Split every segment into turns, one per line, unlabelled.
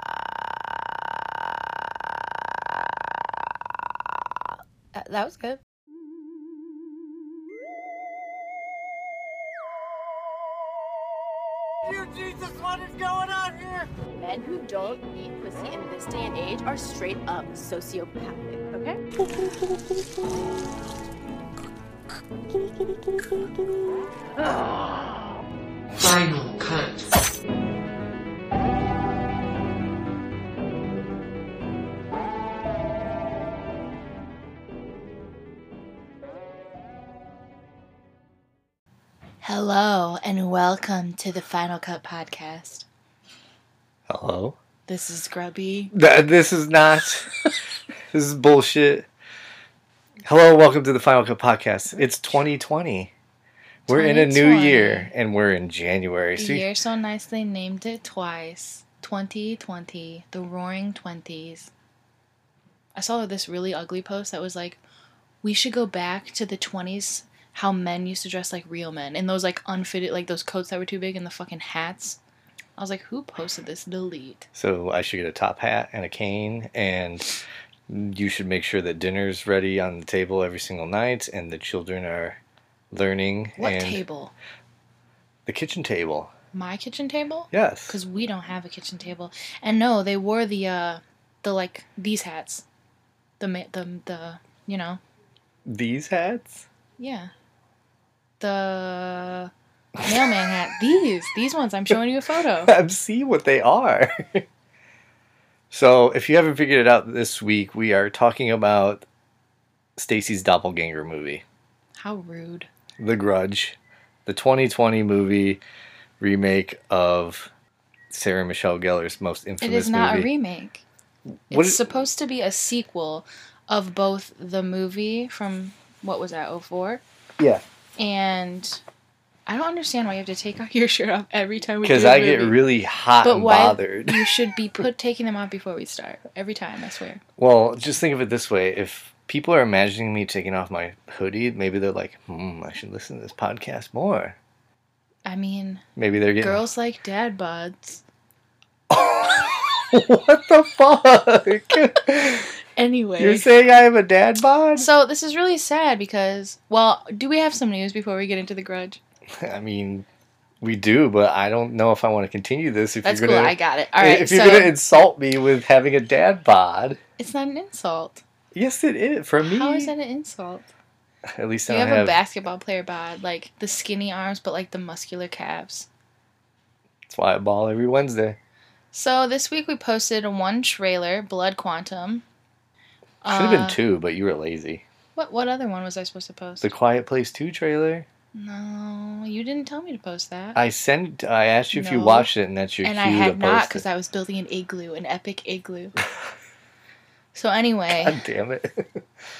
Uh, that that was good.
Dear Jesus, what is going on here?
Men who don't eat pussy in this day and age are straight up sociopathic, okay?
Final cut.
Hello and welcome to the Final Cut podcast.
Hello.
This is Grubby.
Th- this is not. this is bullshit. Hello, welcome to the Final Cut podcast. It's 2020. We're in a new
2020.
year, and we're in January.
The
See,
year so nice they named it twice. 2020, the Roaring Twenties. I saw this really ugly post that was like, we should go back to the 20s, how men used to dress like real men, and those like unfitted, like those coats that were too big and the fucking hats. I was like, who posted this? Delete.
so I should get a top hat and a cane, and you should make sure that dinner's ready on the table every single night, and the children are learning.
What
and
table?
The kitchen table.
My kitchen table?
Yes.
because we don't have a kitchen table. And no, they wore the uh, the like these hats, the ma- the the you know
these hats.
yeah, the mailman hat. These these ones. I'm showing you a photo.
I'm see what they are. so, if you haven't figured it out this week, we are talking about Stacy's doppelganger movie,
How rude.
The Grudge, the 2020 movie remake of Sarah Michelle Gellar's most infamous
It is not
movie.
a remake. It's
What is-
supposed to be a sequel of both the movie from what was that 04
yeah,
and I don't understand why you have to take off your shirt off every time we do
because
a
I get
movie.
really hot
But
and
why-
bothered.
You should be put taking them off before we start every time. I swear.
Well, just think of it this way: if people are imagining me taking off my hoodie, maybe they're like, "Hmm, I should listen to this podcast more."
I mean,
Maybe they're getting
girls like dad bods.
what the fuck?
Anyway,
You're saying I have a dad bod?
so this is really sad because, well, do we have some news before we get into the grudge?
I mean, we do, but I don't know if I want to continue this. If
That's
you're gonna,
cool. I got it. All right,
if
so
you're gonna insult me with having a dad bod,
it's not an insult.
yes, it is for me.
How is that an insult?
At least
you
I don't
have,
have.
a basketball player bod, like the skinny arms, but like the muscular calves.
That's why I ball every Wednesday.
So this week we posted one trailer, Blood Quantum.
Should have been
Uh,
two, but you were lazy.
What what other one was I supposed to post?
The Quiet Place Two trailer.
no, you didn't tell me to post that.
I sent. I asked you if you
No.
watched it, and that's your
and
cue
I had
to
not
post
because
it.
I was building an igloo, an epic igloo. so anyway,
God damn it!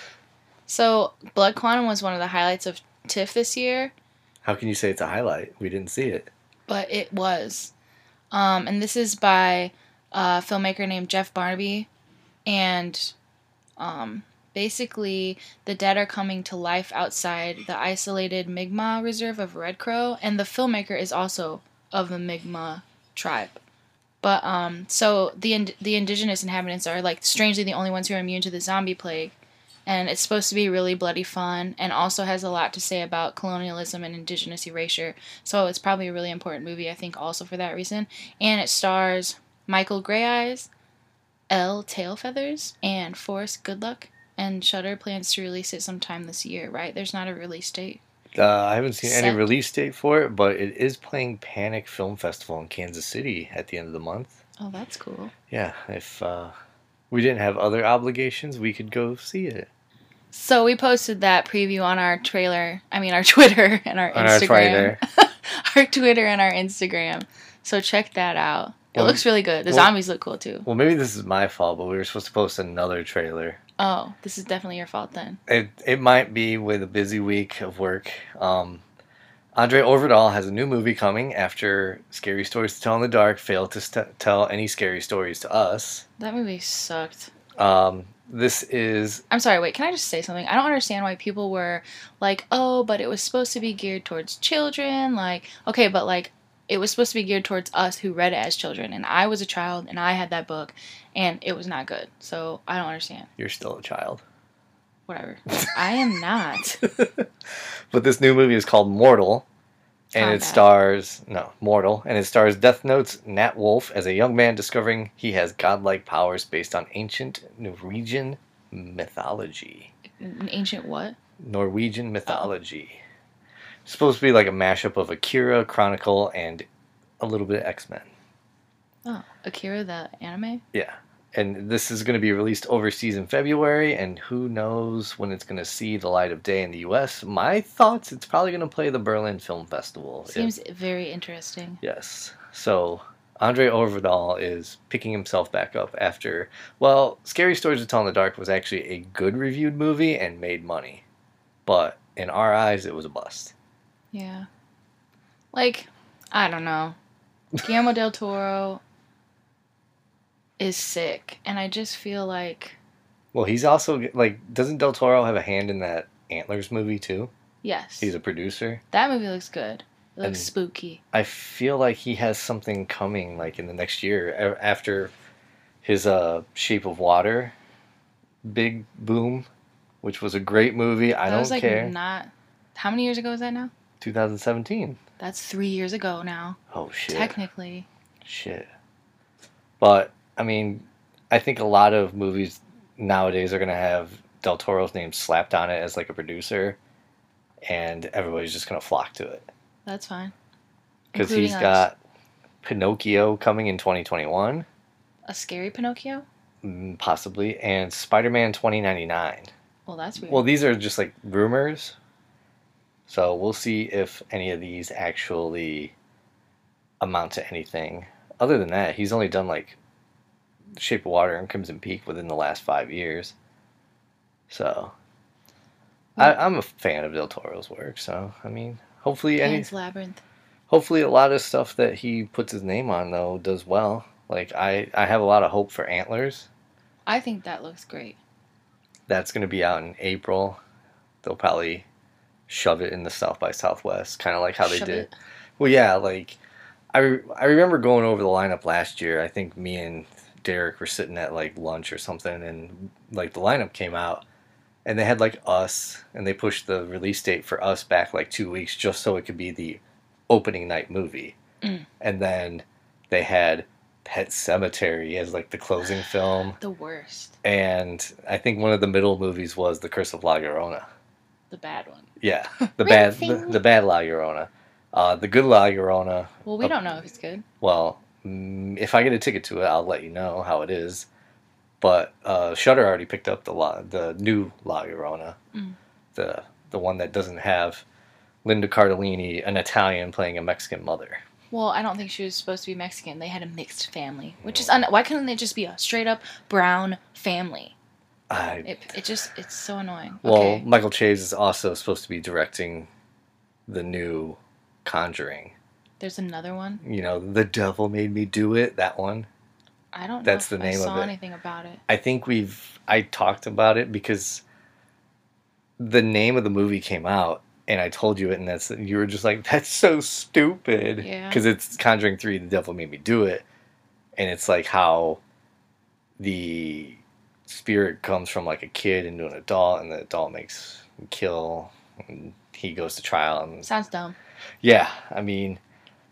so Blood Quantum was one of the highlights of TIFF this year,
How can you say it's a highlight? We didn't see it.
but it was, um, and this is by a filmmaker named Jeff Barnaby, and um, basically the dead are coming to life outside the isolated Mi'kmaq reserve of Red Crow, and the filmmaker is also of the Mi'kmaq tribe. But um, so the ind- the indigenous inhabitants are like strangely the only ones who are immune to the zombie plague, and it's supposed to be really bloody fun, and also has a lot to say about colonialism and indigenous erasure. So it's probably a really important movie, I think, also for that reason. And it stars Michael Grey Eyes, L Tail Feathers, and Forrest Goodluck. And Shutter plans to release it sometime this year, right? There's not a release date.
Uh, I haven't seen
Set.
any release date for it, but it is playing Panic Film Festival in Kansas City at the end of the month.
Oh, that's cool.
Yeah, if uh, we didn't have other obligations, we could go see it
So we posted that preview on our trailer. I mean, our Twitter and our
on
Instagram.
our Twitter.
our Twitter and our Instagram. So check that out. It
Well,
looks really good. The
well-
zombies look cool too.
Well, maybe this is my fault, but we were supposed to post another trailer.
Oh, this is definitely your fault then.
It it might be with a busy week of work. Um, Andre Overdahl has a new movie coming after Scary Stories to Tell in the Dark failed to st- tell any scary stories to us.
That movie sucked.
Um, this is
I'm sorry, wait, can I just say something? I don't understand why people were like, oh, but it was supposed to be geared towards children. Like, okay, but like, it was supposed to be geared towards us who read it as children. And I was a child and I had that book and it was not good. So I don't understand.
You're Still a Child.
Whatever. I am not.
But this new movie is called Mortal, and it
Combat.
stars no Mortal, and it stars Death Note's Nat Wolf as a young man discovering he has godlike powers based on ancient Norwegian mythology.
An ancient what?
Norwegian mythology. supposed to be like a mashup of Akira, Chronicle, and a little bit of X Men.
Oh, Akira the anime?
Yeah. And this is going to be released overseas in February, and who knows when it's going to see the light of day in the U.S. My thoughts: it's probably going to play the Berlin Film Festival. if-
Seems very interesting.
Yes. So Andre Overdahl is picking himself back up after, well, Scary Stories to Tell in the Dark was actually a good reviewed movie and made money. But in our eyes, it was a bust.
Yeah. Like, I don't know. Guillermo del Toro is sick, and I just feel like,
Well, he's also, like, doesn't Del Toro have a hand in that Antlers movie, too?
yes,
He's a producer.
that movie looks good. It looks
And-
spooky.
I feel like he has something coming, like, in the next year a- after his uh, Shape of Water big boom, which was a great movie. I
that
don't
was like
care.
not. How many years ago was that now?
2017.
That's three years ago now,
Oh shit.
technically.
shit. But I mean, I think a lot of movies nowadays are gonna have Del Toro's name slapped on it as like a producer, and everybody's just gonna flock to it
That's fine.
because
Including
he's
us.
got Pinocchio coming in 2021,
a scary Pinocchio.
mm, possibly, and Spider-Man 2099.
Well, that's weird.
Well, these are just like rumors. So we'll see if any of these actually amount to anything. Other than that, he's only done like Shape of Water and Crimson Peak within the last five years. So I, I'm a fan of Del Toro's work. So I mean, hopefully, any
Pan's Labyrinth.
hopefully a lot of stuff that he puts his name on though does well. Like I, I have a lot of hope for Antlers.
I think that looks great.
That's going to be out in April. They'll probably shove it in the South by Southwest, kind of like how they
Shove
did.
it.
Well, yeah, like I, re- I remember going over the lineup last year. I think me and Derek were sitting at like lunch or something, and like the lineup came out, and they had like us, and they pushed the release date for us back like two weeks just so it could be the opening night movie,
Mm.
and then they had Pet Cemetery as like the closing film
The worst,
and I think one of the middle movies was The Curse of La Llorona.
the bad one.
Yeah, the bad, the,
Rinsing.
the bad La Llorona. Uh, the good La Llorona.
Well, we don't know if it's good.
Well, mm, if I get a ticket to it, I'll let you know how it is. But uh, Shutter already picked up the La, the new La Llorona,
Mm.
the the one that doesn't have Linda Cardellini, an Italian playing a Mexican mother.
Well, I don't think she was supposed to be Mexican. They had a mixed family, which is un- why couldn't they just be a straight up brown family?
I
It, it just it's so annoying.
Well,
okay.
Michael Chase is also supposed to be directing the new Conjuring.
There's another one.
you know, the devil made me do it. That one.
I don't.
That's
know if
the name
I
of
saw
it.
anything about it.
I think we've I talked about it because the name of the movie came out, and I told you it, and that's you were just like, that's so stupid.
Yeah.
Because it's Conjuring Three, the devil made me do it, and it's like how the spirit comes from like a kid into an adult, and the adult makes kill, and he goes to trial, and
Sounds dumb.
Yeah, I mean,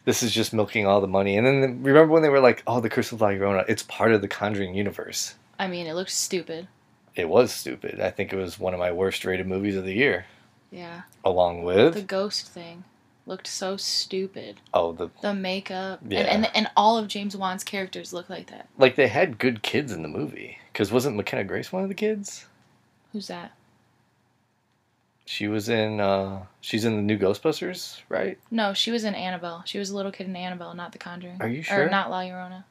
this is just milking all the money. And then the, remember when they were like, "Oh, the Curse of La Llorona, it's part of the Conjuring universe."
I mean, it looks stupid.
It was stupid. I think it was one of my worst rated movies of the year,
Yeah.
along with
The ghost thing looked so stupid.
oh the
The makeup
Yeah.
and, and and all of James Wan's characters look like that.
like they had good kids in the movie because wasn't McKenna Grace one of the kids?
Who's that?
She was in uh she's in the new Ghostbusters, right?
No, she was in Annabelle. She was a little kid in Annabelle, not The Conjuring.
Are you
Or
sure?
not La Llorona.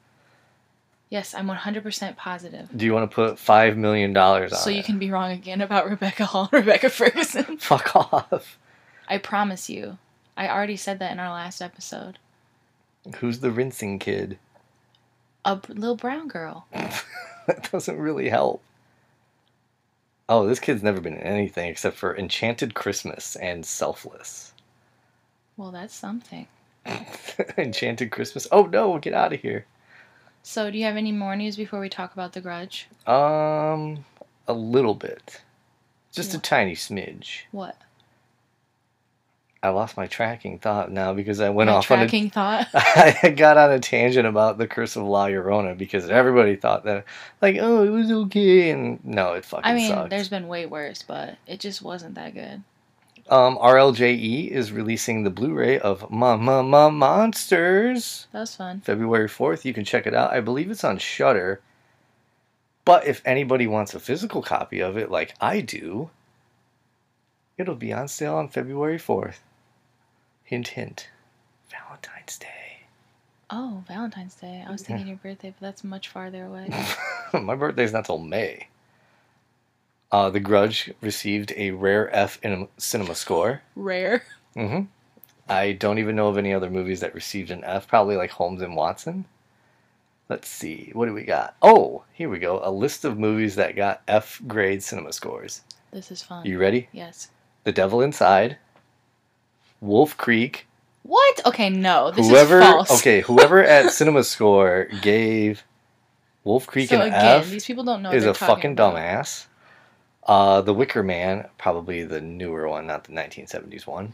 Yes, I'm 100% positive.
Do you want to put five million dollars on?
So you
it?
can be wrong again about Rebecca Hall and Rebecca Ferguson.
fuck off.
I promise you. I already said that in our last episode.
Who's the rinsing kid?
A b- little brown girl.
that doesn't really help. Oh, this kid's never been in anything except for Enchanted Christmas and Selfless.
Well, that's something.
Enchanted Christmas. Oh no, get out of here.
So, do you have any more news before we talk about The Grudge?
Um, a little bit. Just a tiny smidge.
What?
I lost my tracking thought now because I went
My
off on a
tracking thought.
I got on a tangent about the curse of La Llorona because everybody thought that like oh it was okay and no it fucking
I mean,
sucked.
there's been way worse, but it just wasn't that good.
Um, RLJE is releasing the Blu-ray of Ma Ma Ma Monsters
That was fun.
February fourth. You can check it out. I believe it's on Shutter. But if anybody wants a physical copy of it, like I do, it'll be on sale on February fourth. Hint, hint. Valentine's Day.
Oh, Valentine's Day. I was thinking your birthday, but that's much farther away.
My birthday's not till May. Uh, the Grudge received a rare F in cinema score.
Rare.
hmm I don't even know of any other movies that received an F. Probably like Holmes and Watson. Let's see. What do we got? Oh, here we go. A list of movies that got F grade cinema scores.
This is fun.
You ready?
yes.
The Devil Inside, Wolf Creek.
What? Okay, no. This
whoever.
is false.
Okay, whoever at cinema score gave Wolf Creek
so
an
again,
F.
these people don't know. What
is
they're
a
talking
fucking
about.
dumbass. Uh, the Wicker Man, probably the newer one, not the 1970s one.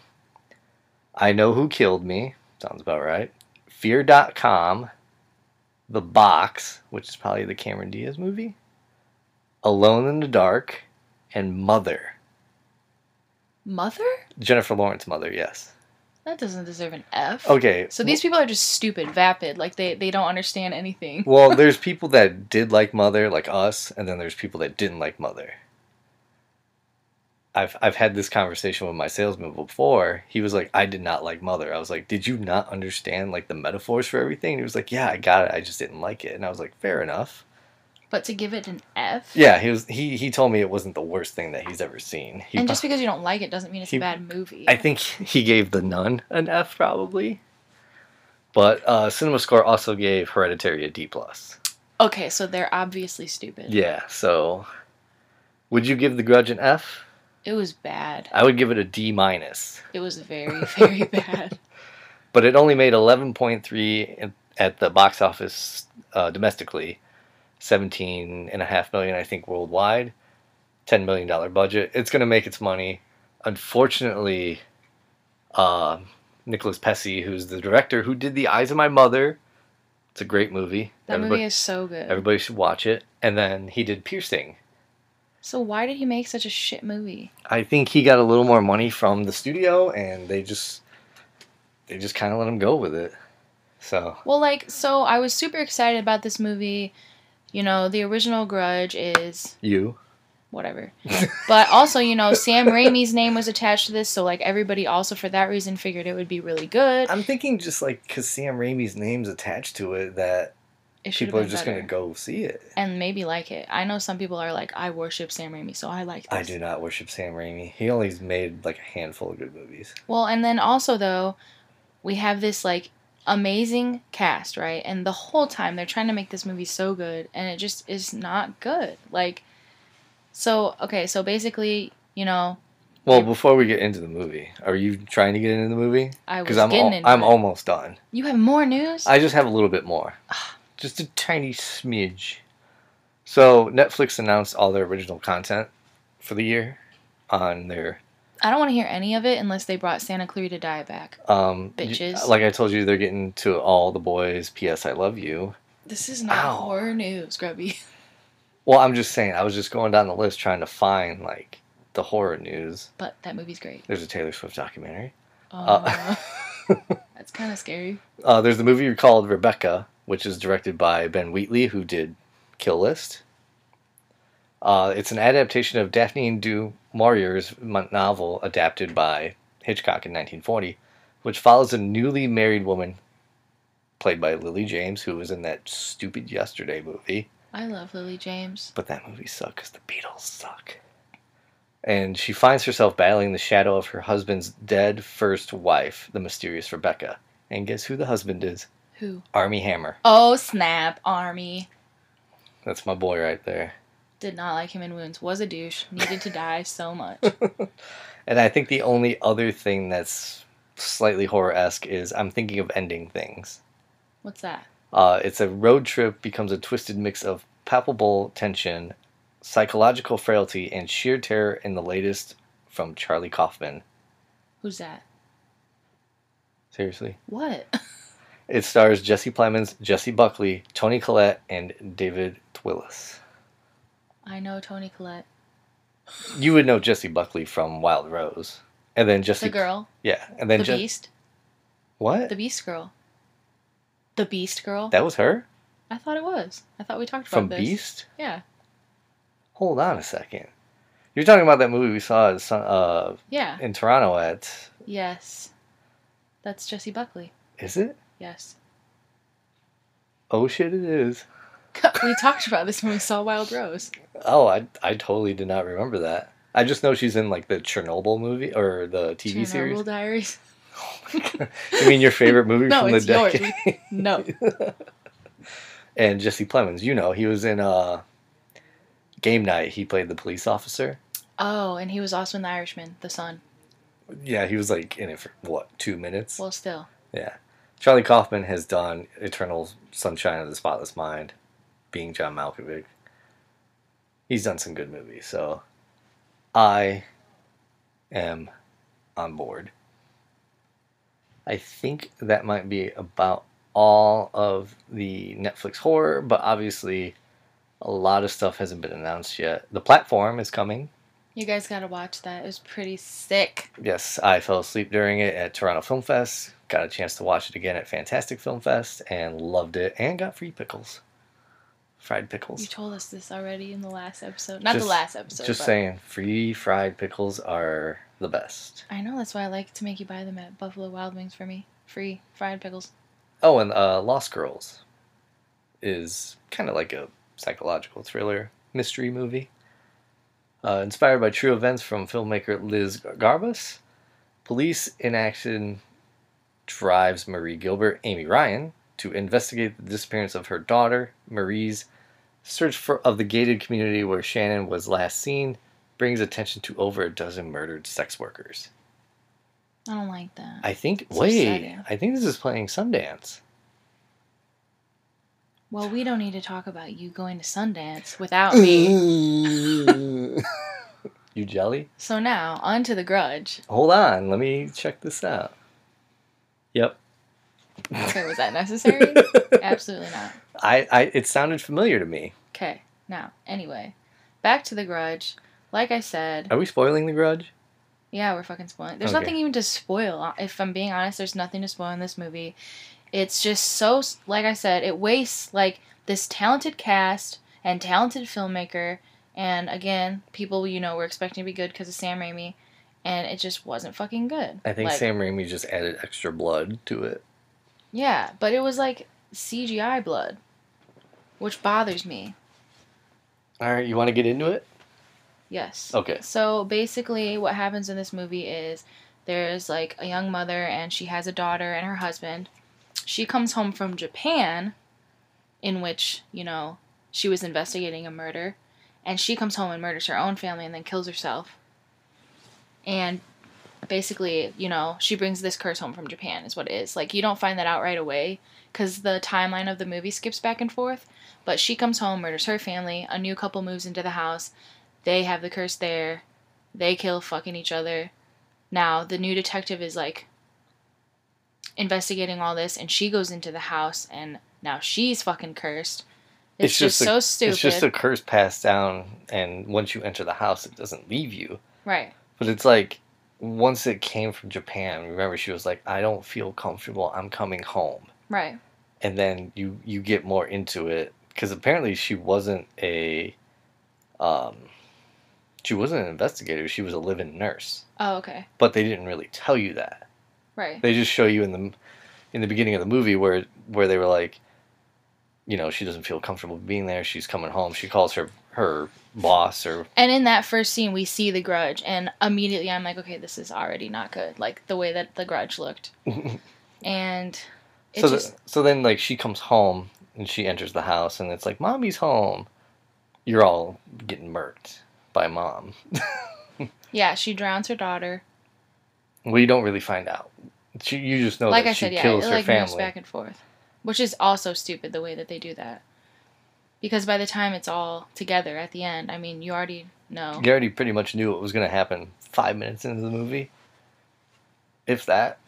I Know Who Killed Me, sounds about right. Fear.com, The Box, which is probably the Cameron Diaz movie, Alone in the Dark, and Mother.
Mother?
Jennifer Lawrence Mother, yes.
That doesn't deserve an F.
Okay.
So these people are just stupid, vapid. Like they they don't understand anything.
well, there's people that did like Mother, like us, and then there's people that didn't like Mother. I've I've had this conversation with my salesman before. He was like, "I did not like Mother." I was like, "Did you not understand like the metaphors for everything?" And he was like, "Yeah, I got it. I just didn't like it." And I was like, "Fair enough."
But to give it an F.
Yeah, he was he he told me it wasn't the worst thing that he's ever seen. He
And
pro-
just because you don't like it doesn't mean it's
he-
a bad movie.
I think he gave The Nun an F probably. But uh CinemaScore also gave Hereditary a D plus.
okay, so they're obviously stupid.
Yeah, so would you give The Grudge an F?
It was bad.
I would give it a D minus,
It was very very bad.
but it only made 11.3 at- at the box office uh, domestically, 17 and a half million I think worldwide, 10 million dollar budget. It's going to make its money. Unfortunately, uh, Nicholas Pesci, who's the director who did The Eyes of My Mother, it's a great movie.
That
everybody,
movie is so good.
everybody should watch it. And then he did Piercing.
So why did he make such a shit movie?
I think he got a little more money from the studio, and they just they just kind of let him go with it. So
Well, like, so I was super excited about this movie. You know, the original Grudge is
you,
whatever. but also, you know, Sam Raimi's name was attached to this, so like everybody also for that reason figured it would be really good.
I'm thinking just like because Sam Raimi's name's attached to it, that
It should've
people are
been
just
better.
gonna go see it.
and maybe like it. I know some people are like, I worship Sam Raimi, so I like this.
I do not worship Sam Raimi. He only's made like a handful of good movies.
Well, and then also though, we have this like amazing cast, right? And the whole time they're trying to make this movie so good and it just is not good. Like so okay, so basically, you know,
Well,
Yeah.
before we get into the movie, are you trying to get into the movie?
I was
Because I'm
getting
al-
into
I'm
it.
almost done.
You have more news?
I just have a little bit more. Just a tiny smidge. So, Netflix announced all their original content for the year on their.
I don't want to hear any of it unless they brought Santa Clarita Diet back.
Um, y-
Bitches.
Like I told you, they're getting to All the Boys, P.S. I Love You.
This is not
Ow.
horror news, Grubby.
Well, I'm just saying, I was just going down the list trying to find, like, the horror news.
But that movie's great.
There's a Taylor Swift documentary.
Oh,
Uh,
that's kind of scary.
Uh, there's the movie called Rebecca, which is directed by Ben Wheatley, who did Kill List. Uh, it's an adaptation of Daphne and Du Maurier's mon- novel, adapted by Hitchcock in 1940, which follows a newly married woman, played by Lily James, who was in that stupid Yesterday movie.
I love Lily James.
But that movie sucks because the Beatles suck. And she finds herself battling the shadow of her husband's dead first wife, the mysterious Rebecca. And guess who the husband is?
Who?
Army Hammer.
Oh, snap. Army.
That's my boy right there.
Did not like him in Wounds. Was a douche. Needed to die so much.
And I think the only other thing that's slightly horror esque is I'm thinking of ending things.
What's that?
Uh, it's a road trip becomes a twisted mix of palpable tension psychological frailty, and sheer terror in the latest from Charlie Kaufman.
Who's that?
Seriously.
What?
It stars Jesse Plemons, Jesse Buckley, Tony Collette, and David Twillis.
I know Tony Collette.
You would know Jesse Buckley from Wild Rose. And then Jesse.
The girl.
Yeah. And then
the
Je-
Beast.
What?
The Beast girl. The Beast girl.
that was her?
I thought it was. I thought we talked about
From
this.
Beast?
Yeah.
Hold on a second. You're talking about that movie we saw at Sun- uh,
Yeah.
in Toronto at.
Yes. That's Jesse Buckley.
Is it?
Yes.
Oh shit, it is.
we talked about this when we saw Wild Rose.
Oh, I, I totally did not remember that. I just know she's in like the Chernobyl movie or the TV
Chernobyl
series.
Diaries.
You mean your favorite movie
No,
from the
it's yours.
decade?
No.
and Jesse Plemons, you know, he was in uh, Game Night. He played the police officer.
Oh, and he was also in The Irishman, The Sun.
Yeah, he was like in it for what two minutes.
Well, still.
yeah, Charlie Kaufman has done Eternal Sunshine of the Spotless Mind, being John Malkovich. He's done some good movies, so I am on board. I think that might be about all of the Netflix horror, but obviously a lot of stuff hasn't been announced yet. The platform is coming.
You guys gotta watch that. It was pretty sick.
Yes, I fell asleep during it at Toronto Film Fest. Got a chance to watch it again at Fantastic Film Fest and loved it and got free pickles. Fried
You
pickles.
told us this already in the last episode. Not
Just-
the last episode.
Just
but-
saying, free fried pickles are the best.
I know that's why I like to make you buy them at Buffalo Wild Wings for me. Free fried pickles.
Oh, and uh, Lost Girls is kind of like a psychological thriller mystery movie. Uh, inspired by true events from filmmaker Liz Garbus, police inaction drives Marie Gilbert, Amy Ryan, to investigate the disappearance of her daughter, Marie's search for, of the gated community where Shannon was last seen. Brings attention to over a dozen murdered sex workers.
I don't like that.
I think.
It's
wait,
upsetting.
I think this is playing Sundance.
well, we don't need to talk about you going to Sundance without me.
you jelly?
so now, on to the grudge.
Hold on, let me check this out. Yep.
Okay, was that necessary? Absolutely not.
I, I it sounded familiar to me.
Okay, now, anyway, back to the grudge. Like I said,
Are we spoiling the grudge?
yeah, we're fucking spoiling. There's
Okay.
nothing even to spoil. Uh, If I'm being honest, there's nothing to spoil in this movie. It's just so, like I said, it wastes like this talented cast and talented filmmaker, and again, people you know were expecting to be good because of Sam Raimi, and it just wasn't fucking good.
I think
Like,
Sam Raimi just added extra blood to it.
Yeah, but it was like CGI blood, which bothers me.
Alright, you wanna get into it?
Yes.
Okay.
So basically, what happens in this movie is there's like a young mother and she has a daughter and her husband. She comes home from Japan, in which, you know, she was investigating a murder. And she comes home and murders her own family and then kills herself. And basically, you know, she brings this curse home from Japan, is what it is. Like, you don't find that out right away because the timeline of the movie skips back and forth. But she comes home, murders her family, a new couple moves into the house, they have the curse there. They kill fucking each other. Now the new detective is like investigating all this, and she goes into the house, and now she's fucking cursed. It's, just,
a-
so stupid,
It's just a curse passed down and once you enter the house it doesn't leave you.
right?
But it's like once it came from Japan, remember she was like, I don't feel comfortable, I'm coming home.
Right.
and then you you get more into it because apparently she wasn't a um she wasn't an investigator she was a live-in nurse
Oh, okay.
but they didn't really tell you that
Right.
they just show you in the in the beginning of the movie where where they were like you know she doesn't feel comfortable being there she's coming home she calls her her boss or
And in that first scene, we see the grudge, and immediately I'm like, okay, this is already not good. Like the way that the grudge looked, and it
so the-
just
so then like she comes home and she enters the house and it's like mommy's home you're all getting murked by mom
yeah, she drowns her daughter.
Well, you don't really find out. She, you just know
like
Oh, that
I
she
said, yeah, it
kills her
like moves
family.
back and forth, which is also stupid the way that they do that. Because by the time it's all together at the end, I mean, you already know.
You already pretty much knew what was going to happen five minutes into the movie. If that.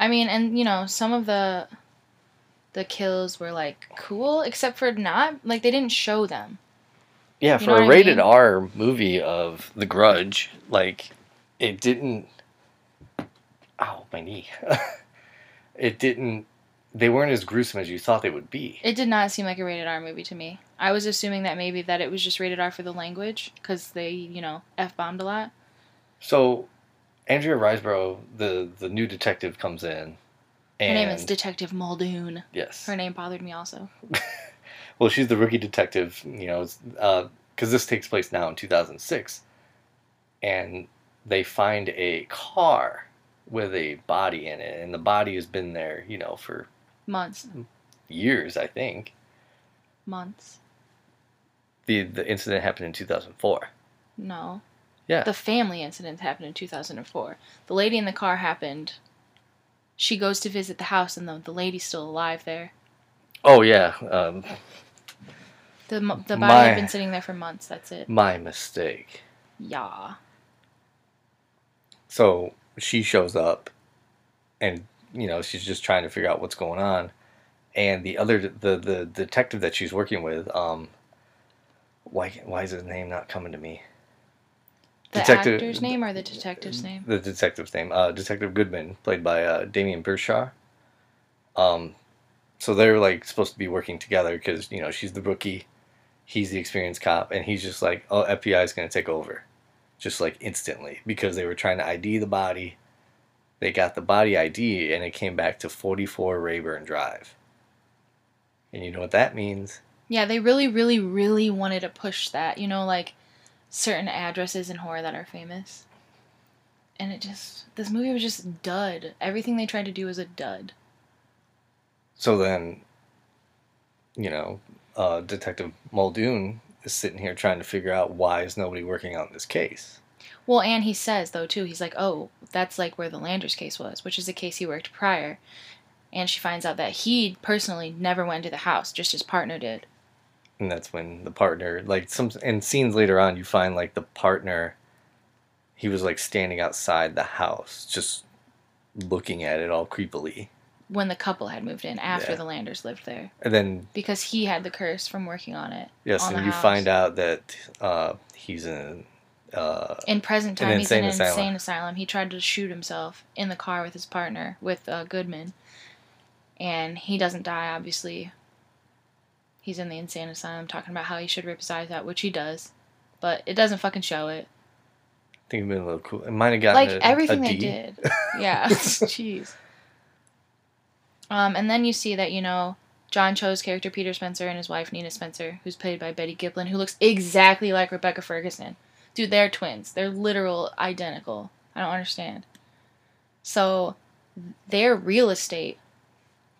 I mean, and you know, some of the the kills were like cool, except for not like they didn't show them.
Yeah,
You
for
know what
a
I
rated
mean?
R movie of The Grudge, like, it didn't. Ow, my knee. it didn't. They weren't as gruesome as you thought they would be.
It did not seem like a rated R movie to me. I was assuming that maybe that it was just rated R for the language because they, you know, f bombed a lot.
So, Andrea Riseborough, the the new detective, comes in.
Her
And
name is Detective Muldoon.
yes.
Her name bothered me also.
Well, she's the rookie detective, you know, because this takes place now in 2006, and they find a car with a body in it, and the body has been there, you know, for
Months,
years, I think.
months.
The the incident happened in 2004.
No.
Yeah.
The family incident happened in 2004. The lady in the car happened. She goes to visit the house, and the, the lady's still alive there.
Oh yeah, um,
The, mo- the body
My-
had been sitting there for months. That's it.
my mistake.
Yeah.
So she shows up, and you know she's just trying to figure out what's going on, and the other the the detective that she's working with, um, why why is his name not coming to me?
The
Detective-
actor's name or the detective's name?
The detective's name, uh, Detective Goodman, played by uh, Damien Burchard. Um, so they're like supposed to be working together because you know she's the rookie, he's the experienced cop, and he's just like, oh, FBI is gonna take over, just like instantly because they were trying to ID the body. They got the body ID and it came back to 44 Rayburn Drive. And you know what that means?
Yeah, they really, really, really wanted to push that. You know, like certain addresses in horror that are famous. And it just, this movie was just dud. Everything they tried to do was a dud.
So then, you know, uh, Detective Muldoon is sitting here trying to figure out why is nobody working on this case.
Well, and he says though too, he's like, "Oh, that's like where the Landers case was, which is a case he worked prior." And she finds out that he personally never went to the house, just his partner did.
And that's when the partner, like some, in scenes later on, you find like the partner, he was like standing outside the house, just looking at it all creepily.
When the couple had moved in after
Yeah.
the Landers lived there,
And then,
because he had the curse from working on it.
yes,
On the
and you
house.
find out that uh, he's in, uh,
In present
An
time, he's in an
insane asylum.
insane asylum. He tried to shoot himself in the car with his partner, with uh, Goodman, and he doesn't die. Obviously, he's in the insane asylum talking about how he should rip his eyes out, which he does, but it doesn't fucking show it.
I think it'd been a little cool. It might have gotten
like
a- a
everything they
D.
did. Yeah, jeez. Um, and then you see that you know John Cho's character Peter Spencer and his wife Nina Spencer, who's played by Betty Giblin, who looks exactly like Rebecca Ferguson. Dude, they're twins. They're literal identical. I don't understand. So they're real estate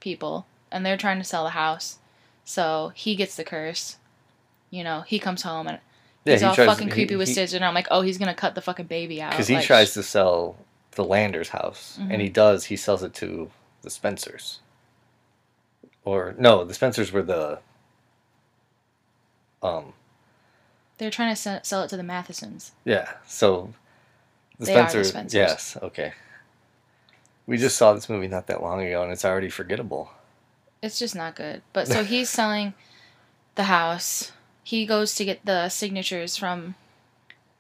people, and they're trying to sell the house. So he gets the curse. You know, he comes home and
Yeah,
he's
he
all
tries-
fucking
he-
creepy with
he-
scissors. And I'm like, oh, he's gonna cut the fucking baby out.
because he
like, Mm-hmm.
tries to sell the Landers house, and he does. He sells it to the Spencers, or no, the Spencers were the um
They're trying to se- sell it to the Mathesons.
yeah. So the
They are the
Spencers,
Spencers.
yes, okay. We just saw this movie not that long ago, and it's already forgettable.
It's just not good. But so he's selling the house. He goes to get the signatures from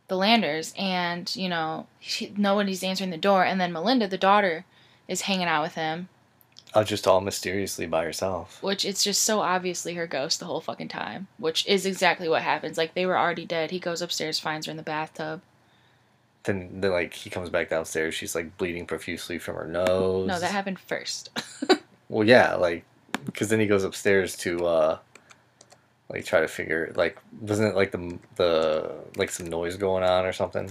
the Landers, and you know she, nobody's answering the door. And then Melinda, the daughter, is hanging out with him,
Uh, just all mysteriously by herself.
which it's just so obviously her ghost the whole fucking time. Which is exactly what happens. Like they were already dead. He goes upstairs, finds her in the bathtub.
Then, then like he comes back downstairs. She's like bleeding profusely from her nose.
No, that happened first.
Well, yeah, like, because then he goes upstairs to, uh, like, try to figure, like, wasn't it like the, the, like, some noise going on or something?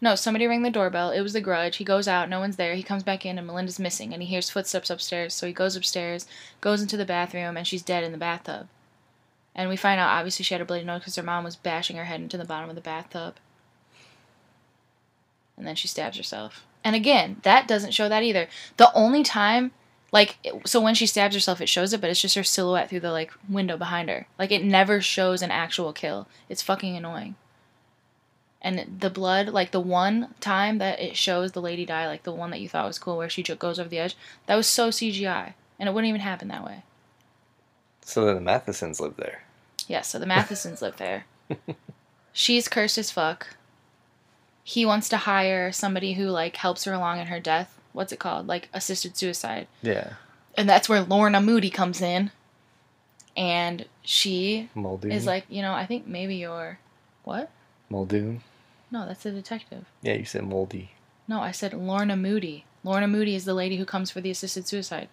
No, somebody rang the doorbell. It was the grudge. He goes out, no one's there. He comes back in, and Melinda's missing, and he hears footsteps upstairs. So he goes upstairs, goes into the bathroom, and she's dead in the bathtub. And we find out, obviously, she had a bloody nose because her mom was bashing her head into the bottom of the bathtub. And then she stabs herself. And again, that doesn't show that either. The only time Like it- so when she stabs herself it shows it, but it's just her silhouette through the like window behind her. Like it never shows an actual kill. It's fucking annoying. And it- the blood, like the one time that it shows the lady die, like the one that you thought was cool where she ju- goes over the edge, that was so CGI and it wouldn't even happen that way.
So then the Mathesons lived there.
Yeah, so the Mathesons live there. She's cursed as fuck. He wants to hire somebody who like helps her along in her death. What's it called? Like assisted suicide.
Yeah.
And that's where Lorna Moody comes in. And she
Muldoon.
is like, you know, I think maybe you're what?
Muldoon.
No, that's the detective.
Yeah, you said moldy.
No, I said Lorna Moody. Lorna Moody is the lady who comes for the assisted suicide.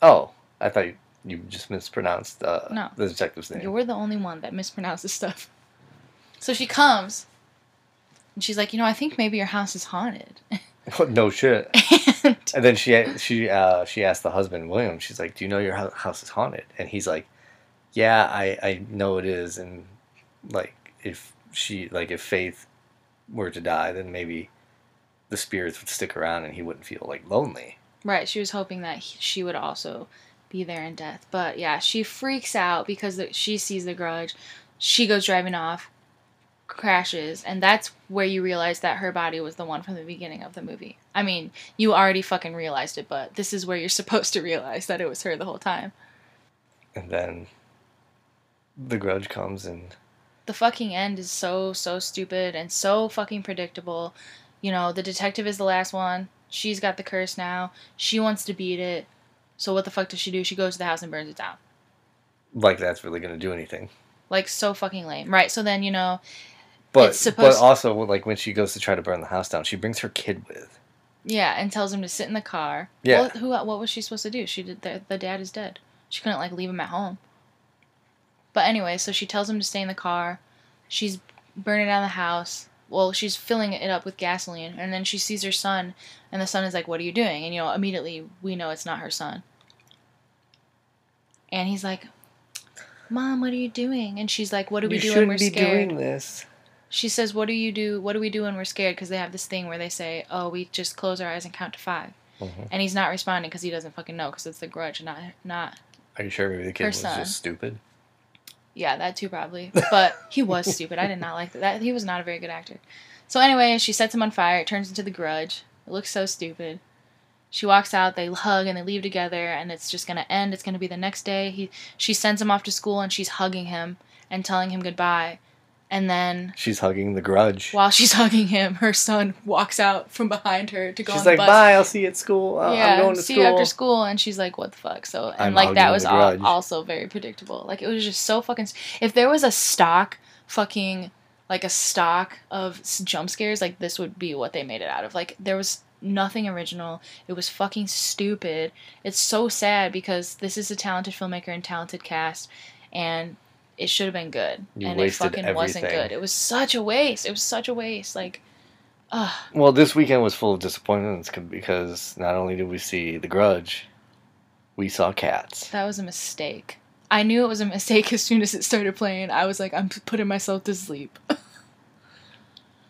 Oh, I thought you, you just mispronounced uh,
No.
the detective's name.
You're the only one that mispronounces stuff. So she comes and she's like, you know, I think maybe your house is haunted.
no shit.
and
And then she she uh, she asked the husband William. She's like, "Do you know your hou- house is haunted?" And he's like, "Yeah, I I know it is." And like, if she like if Faith were to die, then maybe the spirits would stick around, and he wouldn't feel like lonely.
Right, she was hoping that he, she would also be there in death. But yeah, she freaks out because the, she sees the grudge. She goes driving off, crashes, and that's where you realize that her body was the one from the beginning of the movie. I mean, you already fucking realized it, but this is where you're supposed to realize that it was her the whole time.
And then the grudge comes, and
the fucking end is so so stupid and so fucking predictable. You know, the detective is the last one. She's got the curse now. She wants to beat it. So what the fuck does she do? She goes to the house and burns it down.
like that's really gonna do anything.
Like so fucking lame. Right. So then, you know,
But
It's supposed-
but also like when she goes to try to burn the house down, she brings her kid with.
yeah, and tells him to sit in the car.
Yeah.
Well, who what was she supposed to do? She did the, the dad is dead. She couldn't like leave him at home. But anyway, so she tells him to stay in the car. She's burning down the house. Well, she's filling it up with gasoline, and then she sees her son, and the son is like, "What are you doing?" And you know, immediately we know it's not her son. And he's like, "Mom, what are you doing?" And she's like, "What do we
you
do when
shouldn't
we're
be
scared?"
doing this.
She says, "What do you do? What do we do when we're scared?" Because they have this thing where they say, "Oh, we just close our eyes and count to 5
Mhm.
and he's not responding because he doesn't fucking know because it's the grudge, not not
Are you sure maybe the kid
Her
was
son.
just stupid?
yeah that too probably, but he was stupid. I did not like that. that. He was not a very good actor. So anyway, she sets him on fire. It turns into the grudge. It looks so stupid. She walks out. They hug and they leave together, and it's just gonna end. It's gonna be the next day. He she sends him off to school, and she's hugging him and telling him goodbye, and then.
She's hugging the grudge.
While she's hugging him, her son walks out from behind her to go on
She's
the
like,
bus.
bye, I'll see you at school. Uh,
yeah,
I'm going to
see
school.
you after school, and she's like, "What the fuck?" So and
I'm
like that
hugging
was
the
all,
grudge.
also very predictable. Like it was just so fucking. s- If there was a stock fucking like a stock of s- jump scares, like this would be what they made it out of. Like there was nothing original. It was fucking stupid. It's so sad because this is a talented filmmaker and talented cast, and it should have been good,
You
and
wasted
it fucking wasn't
everything.
good. It was such a waste. It was such a waste. Like, ugh.
Well, this weekend was full of disappointments c- because not only did we see The Grudge, we saw Cats.
That was a mistake. I knew it was a mistake as soon as it started playing. I was like, I'm p- putting myself to sleep.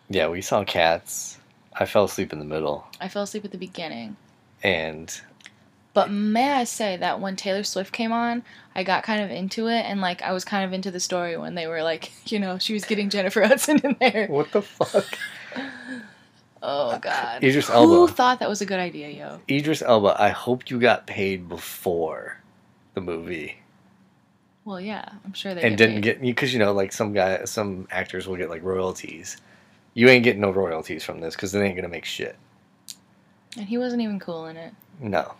Yeah, we saw Cats. I fell asleep in the middle.
I fell asleep at the beginning.
And
But may I say that when Taylor Swift came on, I got kind of into it and like I was kind of into the story when they were like, you know, she was getting Jennifer Hudson in there.
what the fuck?
Oh god.
Idris
Who
Elba.
thought that was a good idea, yo?
Idris Elba, I hope you got paid before the movie
Well, yeah, I'm sure they
and didn't
paid.
get because you know like some guy some actors will get like royalties. You ain't getting no royalties from this because they ain't gonna make shit.
And he wasn't even cool in it.
No.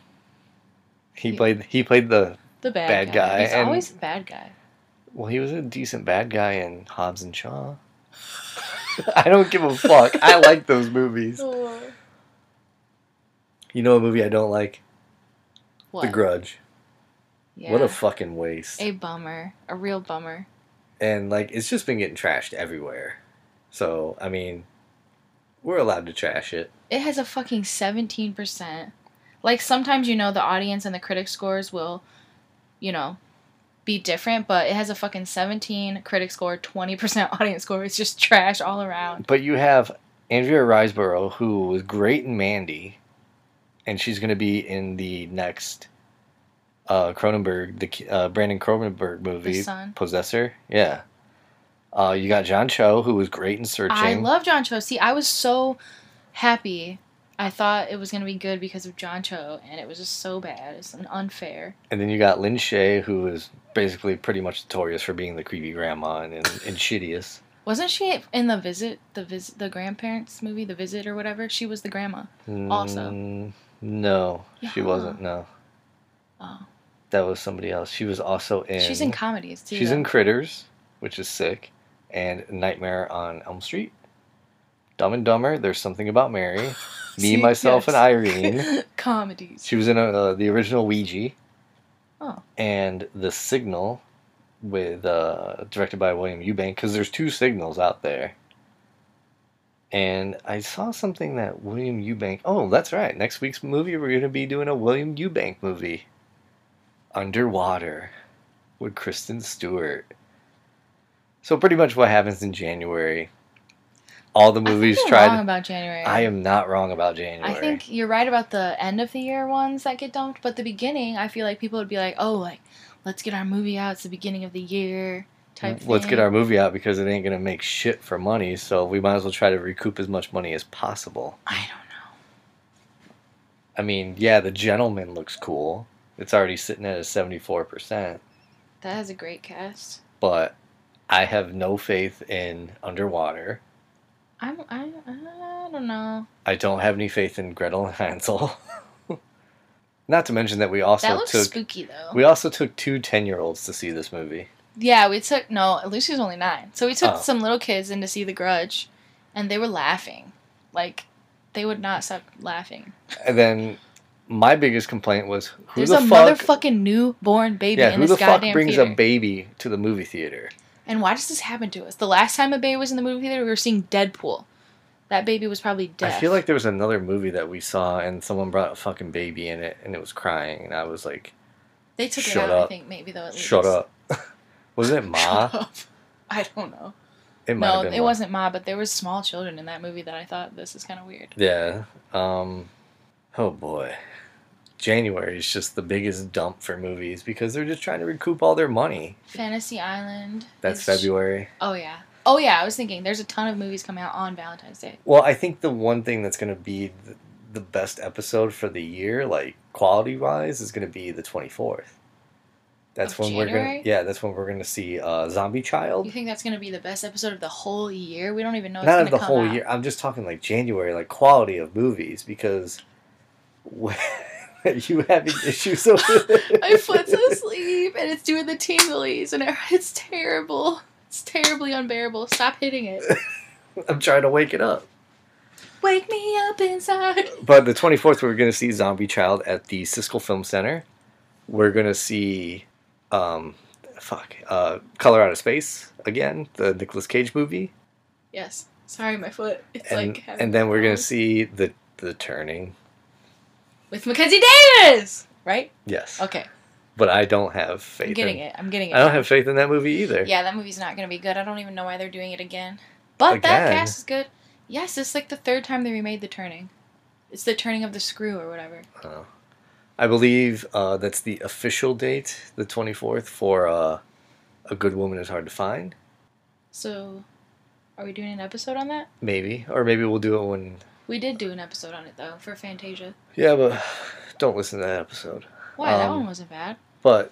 He
He-
played he played the
The bad,
Bad guy
He's
and-
always the bad guy.
Well, he was a decent bad guy in Hobbs and Shaw. I don't give a fuck. I like those movies. You know a movie I don't like?
What?
The Grudge.
yeah.
What a fucking waste.
a bummer. A real bummer.
And like it's just been getting trashed everywhere. So, I mean, we're allowed to trash it.
It has a fucking 17%. Like sometimes you know the audience and the critic scores will, you know, be different, but it has a fucking 17 critic score, 20% audience score. It's just trash all around.
But you have Andrea Riseborough who was great in Mandy and she's going to be in the next uh, Cronenberg, the K- uh, Brandon Cronenberg movie,
Son.
Possessor. Yeah. Uh, you got John Cho, who was great in Searching.
I love John Cho. See, I was so happy. I thought it was gonna be good because of John Cho, and it was just so bad. It's an unfair.
and then you got Lin Shaye, who is basically pretty much notorious for being the creepy grandma and, and insidious.
Wasn't she in the visit, the visit, the grandparents movie, the visit or whatever? She was the grandma. Also.
Mm, No, she
Yeah.
wasn't. No,
Oh,
that was somebody else. She was also in.
she's in comedies too.
She's
though.
in Critters, which is sick, and Nightmare on Elm Street. Dumb and Dumber. There's something about Mary. Me,
See,
myself,
yes.
and Irene.
comedies.
She was in uh, the original Ouija.
Oh.
And The Signal, with uh, directed by William Eubank, because there's two signals out there. And I saw something that William Eubank. Oh, that's right. Next week's movie, we're going to be doing a William Eubank movie, Underwater, with Kristen Stewart. So pretty much what happens in January. All the movies
I think you're wrong
tried.
about January.
I am not wrong about January.
I think you're right about the end of the year ones that get dumped, but the beginning, I feel like people would be like, "Oh, like let's get our movie out. It's the beginning of the year." Type.
Mm, Let's get
thing.
our movie out because it ain't gonna make shit for money, so we might as well try to recoup as much money as possible.
I don't know.
I mean, yeah, the gentleman looks cool. It's already sitting at a seventy four percent,
That has a great cast.
but I have no faith in underwater.
I'm, I I don't know.
I don't have any faith in Gretel and Hansel. Not to mention that we also
That looks
took
spooky though.
we also took two 10 year olds to see this movie.
yeah, we took no. Lucy's only nine, so we took
Oh.
some little kids in to see The Grudge, and they were laughing, like they would not stop laughing.
And then my biggest complaint was who
There's
the
a
fuck
motherfucking newborn baby
yeah,
in
who
this
the fuck
goddamn
brings
theater.
a baby to the movie theater?
And why does this happen to us? The last time a baby was in the movie theater, we were seeing Deadpool. That baby was probably deaf.
I feel like there was another movie that we saw and someone brought a fucking baby in it and it was crying and I was like,
they took
Shut
it out. I
up.
think maybe though. At least.
"Shut up." Wasn't it Ma?
Shut up. I don't know.
It might
No,
have been
it
Ma.
wasn't Ma, but there was small children in that movie that I thought this is kind of weird.
Yeah. Um Oh boy. January is just the biggest dump for movies because they're just trying to recoup all their money.
Fantasy Island.
That's
is-
February.
Oh yeah. Oh yeah. I was thinking there's a ton of movies coming out on Valentine's Day.
Well, I think the one thing that's going to be the, the best episode for the year, like quality-wise, is going to be the 24th. That's
Of
when we're going
January?
to Yeah, that's when we're going to see uh Zombie
You
Child.
think that's gonna be the best episode of the whole year? We don't even know. It's
not
gonna
of the
come
whole
out.
year. I'm just talking like January, like quality of movies because when you having issues over
My foot's asleep and it's doing the tinglies and it, it's terrible. It's terribly unbearable. Stop hitting it.
I'm trying to wake it up.
Wake me up inside.
But the 24th, we're going to see Zombie Child at the Siskel Film Center. We're going to see, um, fuck, uh, Color Out of Space again, the Nicolas Cage movie,
Yes. Sorry, my foot. It's
and
like having
and then we're going to
problems.
see the the Turning.
with Mackenzie Davis. Right?
Yes,
Okay.
but I don't have faith.
I'm getting
in,
it. I'm getting it.
I don't have faith in that movie either.
yeah, that movie's not gonna be good. I don't even know why they're doing it again. But that
Again?
cast is good. Yes, it's like the third time they remade the turning. It's the turning of the screw or whatever.
Oh. I believe uh, that's the official date, the 24th, for uh, A Good Woman is Hard to Find.
So are we doing an episode on that?
Maybe. Or maybe we'll do it when.
We did do an episode on it though for Fantasia.
Yeah, but don't listen to that episode.
Why? that
Um,
one wasn't bad.
But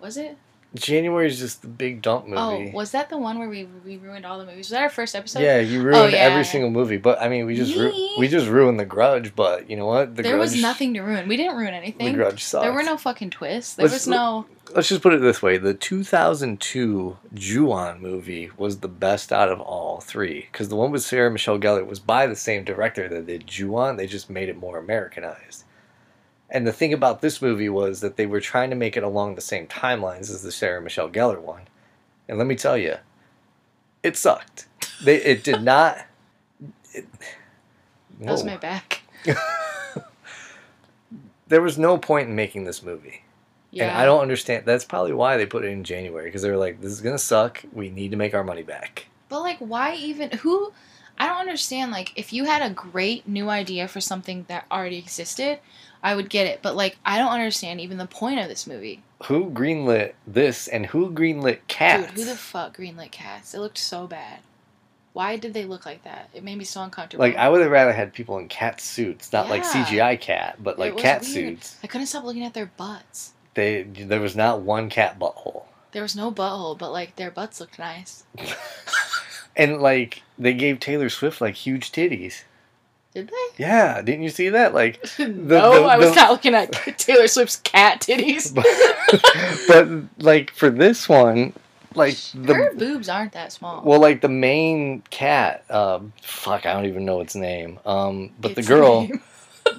Was it?
January is just the big dump
Oh,
movie.
was that the one where we, we ruined all the movies? Was that our first episode?
yeah, you ruined
Oh, yeah,
every
yeah.
single movie. But I mean, we just ru-
Me?
we just ruined The Grudge. But you know what? The
there
Grudge,
was nothing to ruin. We didn't ruin
The
anything.
Grudge sucks.
There were no fucking twists. There
Let's-
was no.
Let's just put it this way: the 2002 Ju-on movie was the best out of all three because the one with Sarah Michelle Gellar was by the same director that did Ju-on. They just made it more Americanized. And the thing about this movie was that they were trying to make it along the same timelines as the Sarah Michelle Gellar one, and let me tell you, it sucked. They it did not. It,
That was
Whoa.
my back.
there was no point in making this movie.
Yeah.
And I don't understand. That's probably why they put it in January because they were like, "This is gonna suck. We need to make our money back."
But like, why even? Who? I don't understand. Like, if you had a great new idea for something that already existed, I would get it. But like, I don't understand even the point of this movie.
Who greenlit this and who greenlit cats?
Dude, who the fuck greenlit cats? It looked so bad. Why did they look like that? It made me so uncomfortable.
like I would have rather had people in cat suits, not like
Yeah.
CGI cat, but
It
like
was
cat
weird.
suits.
I couldn't stop looking at their butts.
They there was not one cat butthole,
There was no butthole, but like their butts looked nice.
and like they gave Taylor Swift like huge titties.
Did they?
Yeah, didn't you see that? Like,
no,
the-
I was
the-
not looking at Taylor Swift's cat titties.
but, but like for this one, like
Her
the
boobs aren't that small.
well, like the main cat. Um, fuck, I don't even know its name. Um, but
It's
the girl.
lame.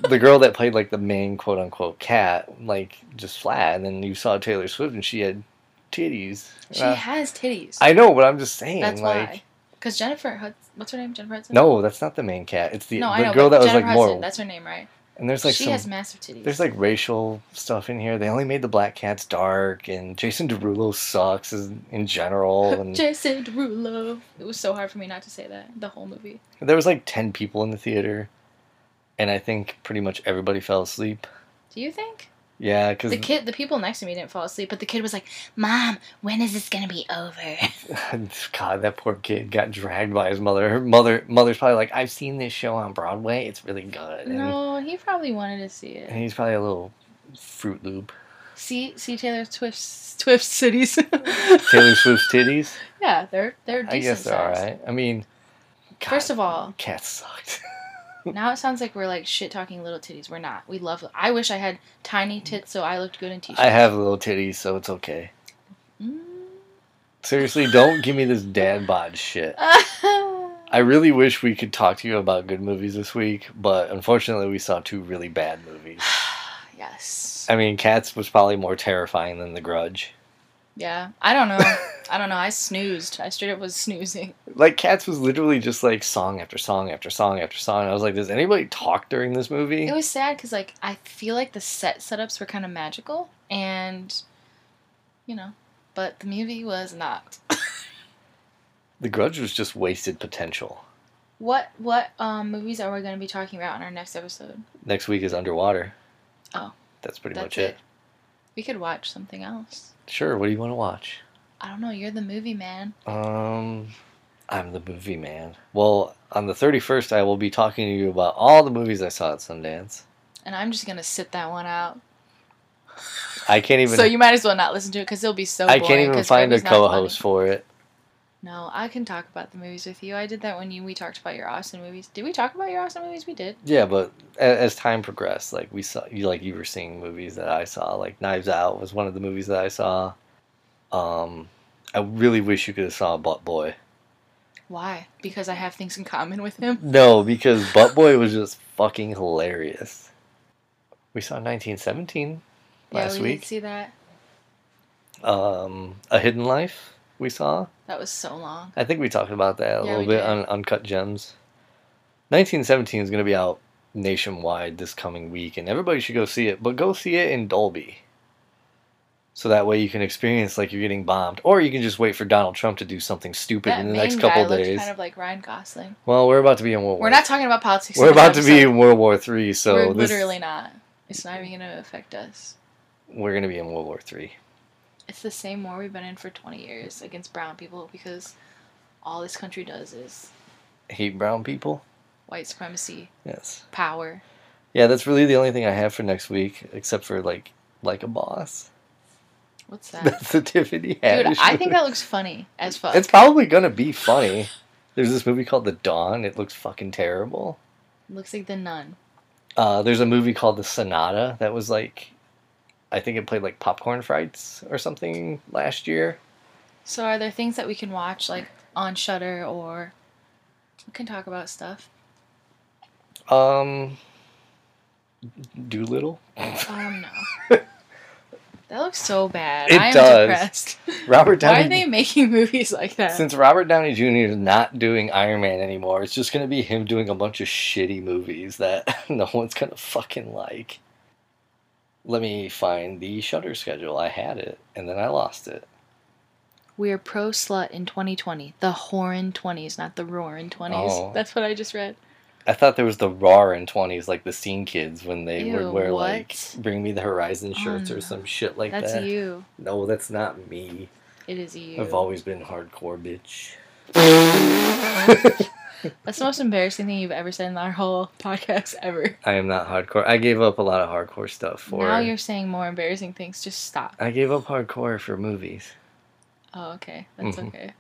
the girl that played like the main quote unquote cat, like just flat, and then you saw Taylor Swift and she had titties.
She
Uh,
has titties.
I know, but I'm just saying,
That's
like,
why. Because Jennifer Hudson, what's her name? Jennifer Hudson.
no, that's not the main cat. It's the,
no, I
the
know.
girl
but
that was
Jennifer
like
Hudson,
more.
That's her name, right?
and there's like
she
some,
has massive titties.
there's like racial stuff in here. They only made the black cats dark, and Jason Derulo sucks as, in general. And
Jason Derulo. It was so hard for me not to say that the whole movie.
there was like ten people in the theater, and I think pretty much everybody fell asleep.
Do you think
Yeah, because
the kid, the people next to me didn't fall asleep, but the kid was like, "Mom, when is this gonna be over?"
God, that poor kid got dragged by his mother. Her mother, mother's probably like, I've seen this show on Broadway. It's really good. And,
no, he probably wanted to see
and
it.
he's probably a little Fruit Loop.
See, see Taylor Swift's Swift cities.
Taylor Swift's titties.
yeah, they're they're decent.
I guess they're all
sized.
right. I mean, God,
First of all,
cats sucked.
now it sounds like we're like shit talking little titties. We're not. We love. I wish I had tiny tits so I looked good in t-shirts. Mm.
I have little titties, so it's okay. Seriously, don't give me this dad bod shit.
Mm.
I really wish we could talk to you about good movies this week, but unfortunately, we saw two really bad movies.
yes.
I mean, Cats was probably more terrifying than The Grudge.
Yeah. I don't know. I don't know. I snoozed. I straight up was snoozing.
Like Cats was literally just like song after song after song after song. I was like, does anybody talk during this movie?
It was sad because like I feel like the set setups were kind of magical and, you know, but the movie was not.
the Grudge was just wasted potential.
What what um movies are we going to be talking about in our next episode?
Next week is Underwater.
Oh.
that's pretty
That's
much it.
We could watch something else.
Sure. What do you want to watch?
I don't know. You're the movie man.
Um, I'm the movie man. Well, on the 31st, I will be talking to you about all the movies I saw at Sundance.
And I'm just gonna sit that one out.
I can't even.
so you might as well not listen to it because it'll be so.
I
boring,
can't even
'cause
find a
Kirby's not funny.
co-host for it.
No, I can talk about the movies with you. I did that when you we talked about your Austin movies. Did we talk about your Austin movies? We did.
Yeah, but a- as time progressed, like we saw, you like you were seeing movies that I saw, like Knives Out was one of the movies that I saw. Um, I really wish you could have saw Butt Boy.
Why? Because I have things in common with him.
No, because Butt Boy was just fucking hilarious. We saw 1917 last
yeah, we
week.
did see that.
Um, A Hidden Life we saw.
That was so long.
I think we talked about that a
Yeah,
little
we
bit
did.
on Uncut Gems. 1917 is going to be out nationwide this coming week, and everybody should go see it, but go see it in Dolby. So that way you can experience like you're getting bombed, or you can just wait for Donald Trump to do something stupid
That
in the
main
next couple
guy looked
days.
kind of like Ryan Gosling.
Well, we're about to be in World War.
We're not talking about politics.
We're
in this
about to be
episode.
in World War Three, so
We're
this,
literally not. It's not even gonna affect us.
we're going to be in World War Three.
It's the same war we've been in for 20 years against brown people because all this country does is
Hate brown people.
white supremacy,
Yes.
power.
Yeah, that's really the only thing I have for next week, except for like like a boss.
What's that?
That's the Tiffany Haddish.
Dude, I think
movie.
that looks funny as fuck.
It's probably gonna be funny. There's this movie called The Dawn. It looks fucking terrible.
looks like the nun.
Uh, there's a movie called The Sonata that was like, I think it played like popcorn frights or something last year.
So are there things that we can watch like on Shutter or we can talk about stuff?
Um, Doolittle.
Um no. that looks so bad.
It
I am
does.
depressed.
Robert
Why
Downey.
are they making movies like that?
Since Robert Downey Jr. is not doing Iron Man anymore, it's just gonna be him doing a bunch of shitty movies that no one's gonna fucking like. Let me find the Shutter schedule. I had it and then I lost it.
We're pro slut in 2020. The whorin 20s, not the roaring 20s.
Oh.
That's what I just read.
I thought there was the roar in twenties, like the scene kids when they
Ew,
would wear like
what?
"Bring Me the Horizon"
Oh,
shirts
no.
or some shit like
That's
that.
you.
No, that's not me.
It is you.
I've always been hardcore, bitch.
That's the most embarrassing thing you've ever said in our whole podcast ever.
I am not hardcore. I gave up a lot of hardcore stuff for.
Now you're saying more embarrassing things. Just stop.
I gave up hardcore for movies.
Oh, okay. That's
Mhm.
okay.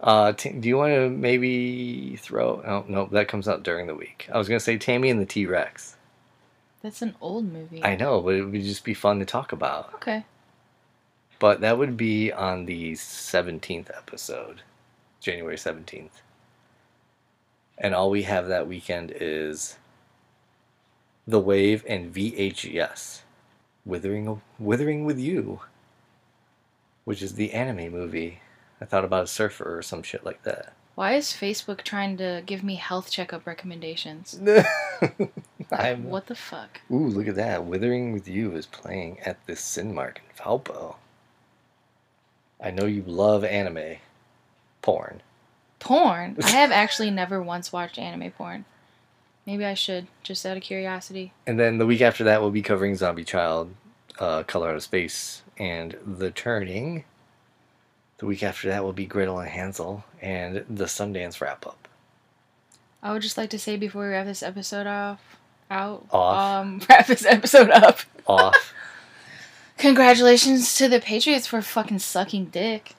Uh, t- do you want to maybe throw? Oh no, that comes out during the week. I was gonna say Tammy and the T Rex.
That's an old movie.
I know, but it would just be fun to talk about.
Okay.
But that would be on the 17th episode, January 17th. And all we have that weekend is The Wave and VHS, Withering, Withering with You, which is the anime movie. I thought about a surfer or some shit like that.
Why is Facebook trying to give me health checkup recommendations?
I'm,
What the fuck?
Ooh, look at that. Withering with You is playing at the Cinemark in Valpo. I know you love anime porn.
Porn? I have actually never once watched anime porn. Maybe I should, just out of curiosity.
And then the week after that, we'll be covering Zombie Child, uh, Color Out of Space, and The Turning. The week after that will be Gretel and Hansel and the Sundance wrap up.
I would just like to say before we wrap this episode off, out,
Off.
um, wrap this episode up.
Off.
Congratulations to the Patriots for fucking sucking dick.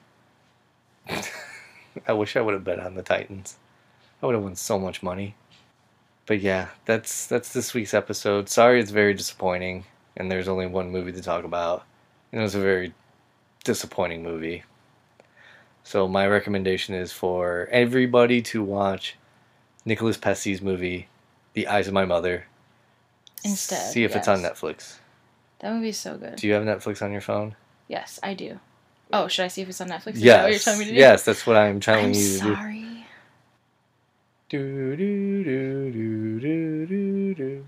I wish I would have bet on the Titans. I would have won so much money. But yeah, that's that's this week's episode. Sorry, it's very disappointing, and there's only one movie to talk about, and it was a very disappointing movie. So my recommendation is for everybody to watch Nicholas Pessy's movie, The Eyes of My Mother.
Instead,
see if it's on
yes.
Netflix.
That movie's so good.
Do you have Netflix on your phone?
Yes, I do. Oh, should I see if it's on Netflix? Is that what you're
yes,
telling me to do?
yes, that's what I'm telling
I'm
you to do.
sorry.
Do, do, do, do, do, do, do.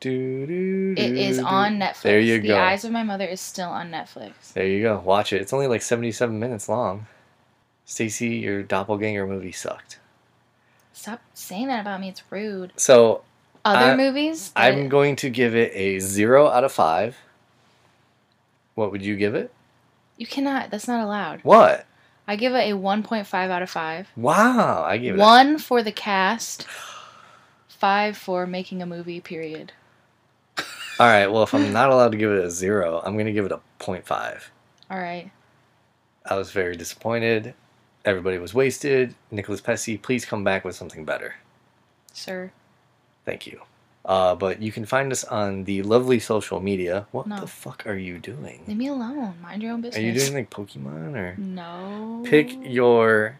Do, do,
It
do,
is
do.
on Netflix.
There you go.
The Eyes of My Mother is still on Netflix.
There you go. Watch it. It's only like 77 minutes long. Stacy, your doppelganger movie sucked.
Stop saying that about me. It's rude.
So
Other
I-
movies? that-
I'm going to give it a zero out of five. What would you give it?
You cannot. That's not allowed.
What?
I give it a 1.5 out of 5.
Wow. I give it a-
One for the cast. Five for making a movie, period.
All right. Well, if I'm not allowed to give it a zero, I'm going to give it a 0.5.
All right.
I was very disappointed. Everybody was wasted. Nicholas Pesci, please come back with something better.
Sir.
Thank you. Uh, but you can find us on the lovely social media. What
No.
the fuck are you doing?
Leave me alone. Mind your own
Are
business.
you doing like Pokemon or
No.
pick your?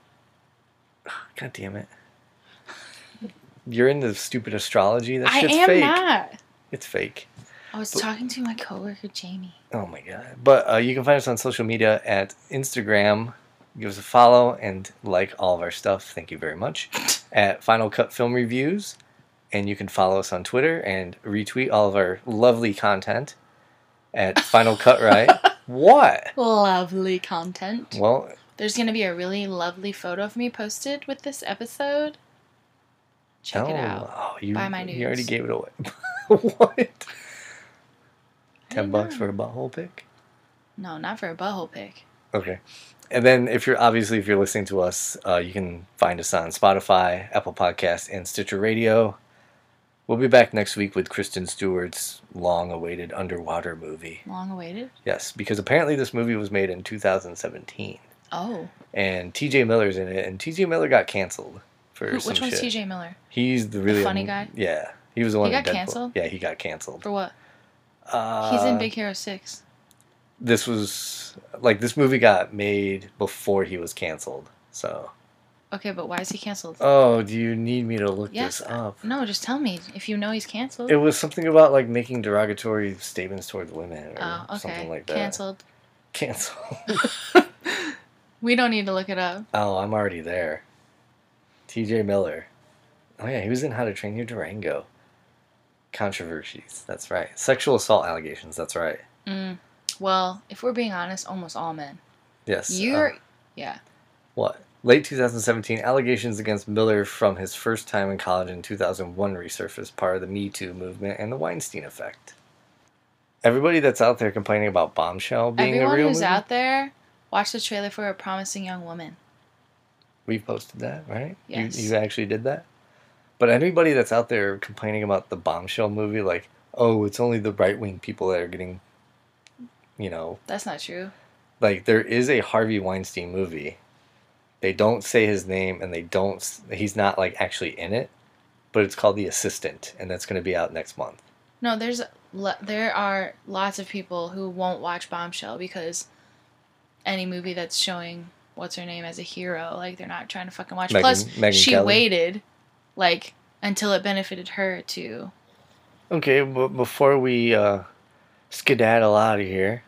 God damn it! You're in the stupid astrology. That
I
shit's
am
fake.
not.
It's fake.
I was talking to my coworker Jamie.
Oh my god! But uh, you can find us on social media at Instagram. Give us a follow and like all of our stuff. Thank you very much. At Final Cut Film Reviews, and you can follow us on Twitter and retweet all of our lovely content at Final Cut Right. what?
Lovely content.
Well,
There's gonna be a really lovely photo of me posted with this episode. Check it
no.
out.
Oh, you,
Buy my
you already
nudes.
gave it away. what?
I
Ten
did
bucks
not.
for a butthole pick?
No, not for a butthole pick.
Okay. And then, if you're obviously if you're listening to us, uh, you can find us on Spotify, Apple Podcasts, and Stitcher Radio. We'll be back next week with Kristen Stewart's long-awaited underwater movie.
Long awaited.
Yes, because apparently this movie was made in 2017,
Oh,
and T.J. Miller's in it, and T.J. Miller got canceled for
Who,
some
which one's
shit.
T.J. Miller?
He's the really
funny guy?
Yeah, he was the one.
He
in
got
Deadpool.
canceled?
Yeah, he got canceled.
For what?
Uh,
He's in Big Hero Six.
this was like this movie got made before he was canceled. So,
Okay, but why is he canceled?
oh, do you need me to look
Yes, uh,
this up?
No, just tell me if you know he's canceled.
It was something about like making derogatory statements toward women or
oh, okay.
something like that.
Canceled.
Cancel.
We don't need to look it up.
oh, I'm already there. T.J. Miller. Oh yeah, he was in How to Train Your Durango. Controversies. That's right. Sexual assault allegations. That's right.
Mm. Well, if we're being honest, almost all men.
Yes. uh,
You're Yeah.
What? Late 2017, allegations against Miller from his first time in college in 2001 resurfaced, part of the Me Too movement and the Weinstein effect. Everybody that's out there complaining about Bombshell being
Everyone
a real
who's
movie,
out there, watch the trailer for A Promising Young Woman.
we posted that, right? You-
Yes.
You, actually did that? But anybody that's out there complaining about the Bombshell movie, like, oh, it's only the right wing people that are getting, you know,
That's not true.
like there is a Harvey Weinstein movie. They don't say his name and they don't s- he's not like actually in it, but it's called The Assistant and that's going to be out next month.
No, there's lo- there are lots of people who won't watch Bombshell because any movie that's showing what's her name as a hero, like they're not trying to fucking watch.
Megyn-
Plus,
Megyn
she
Kelly.
waited like until it benefited her to.
Okay, but before we uh skedaddle out of here,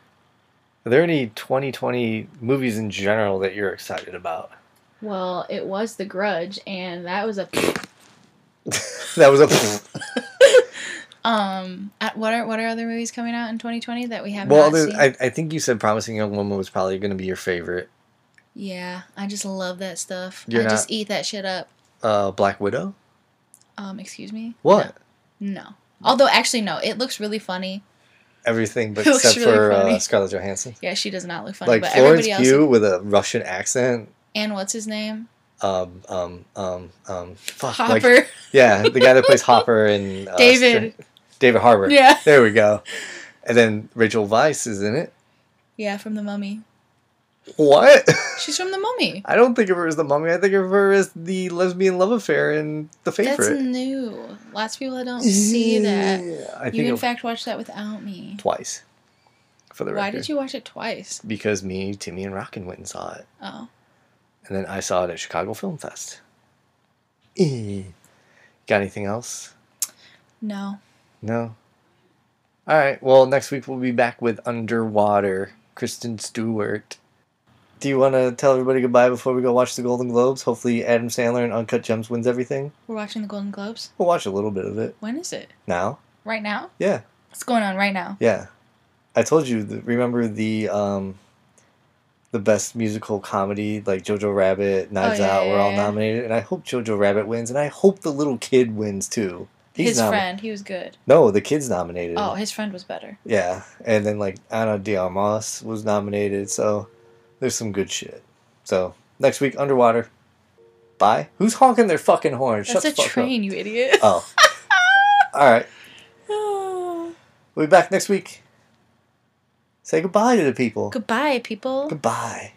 are there any 2020 movies in general that you're excited about?
Well, it was The Grudge, and that was a
That was a
um. At, what are what are other movies coming out in 2020 that we have
well.
not
Other,
seen?
I, I think you said Promising Young Woman was probably going to be your favorite.
yeah, I just love that stuff.
You're
I just
not-
eat that shit up.
Uh, Black Widow.
Um, excuse me.
What?
No. no. Although, actually, no. It looks really funny.
Everything but
It looks
except
really
for uh,
funny.
Scarlett Johansson.
Yeah, she does not look funny,
Like
but
Florence
everybody else.
Pugh with a Russian accent.
And what's his name?
um, um, um, um, fuck, like-
Hopper.
yeah, the guy that plays Hopper in uh,
David.
Str- David Harbour.
Yeah.
there we go. And then Rachel Weisz is in it.
yeah, from The Mummy.
What?
She's from The Mummy.
I don't think of her as the mummy. I think of her as the lesbian love affair in The
That's
Favorite.
new. Lots of people that don't see that.
I think
You, in
of-
fact, watched that without me.
twice. For the record,
Why did you watch it twice?
Because me, Timmy, and Rockin went and saw it,
Oh.
and then I saw it at Chicago Film Fest. Eh. Got anything else?
No.
No. All right. Well, next week we'll be back with Underwater, Kristen Stewart. Do you want to tell everybody goodbye before we go watch the Golden Globes? Hopefully, Adam Sandler and Uncut Gems wins everything.
We're watching the Golden Globes.
We'll watch a little bit of it
When is it?
now.
Right now?
Yeah,
What's going on right now?
yeah. I told you. The, remember the um, the best musical comedy like Jojo Rabbit, Knives
Oh, yeah,
Out
yeah,
were all
yeah.
nominated, and I hope Jojo Rabbit wins, and I hope the little kid wins too.
his
nomi-
friend. He was good.
No, the kid's nominated.
Oh, his friend was better.
Yeah, and then like Ana de Armas was nominated, so there's some good shit. So next week, underwater. Bye. Who's honking their fucking horn? Shut
That's
the
a
fuck
train, you idiot.
up. Oh. All right. Oh. We'll be back next week. Say goodbye to the people.
Goodbye, people.
goodbye.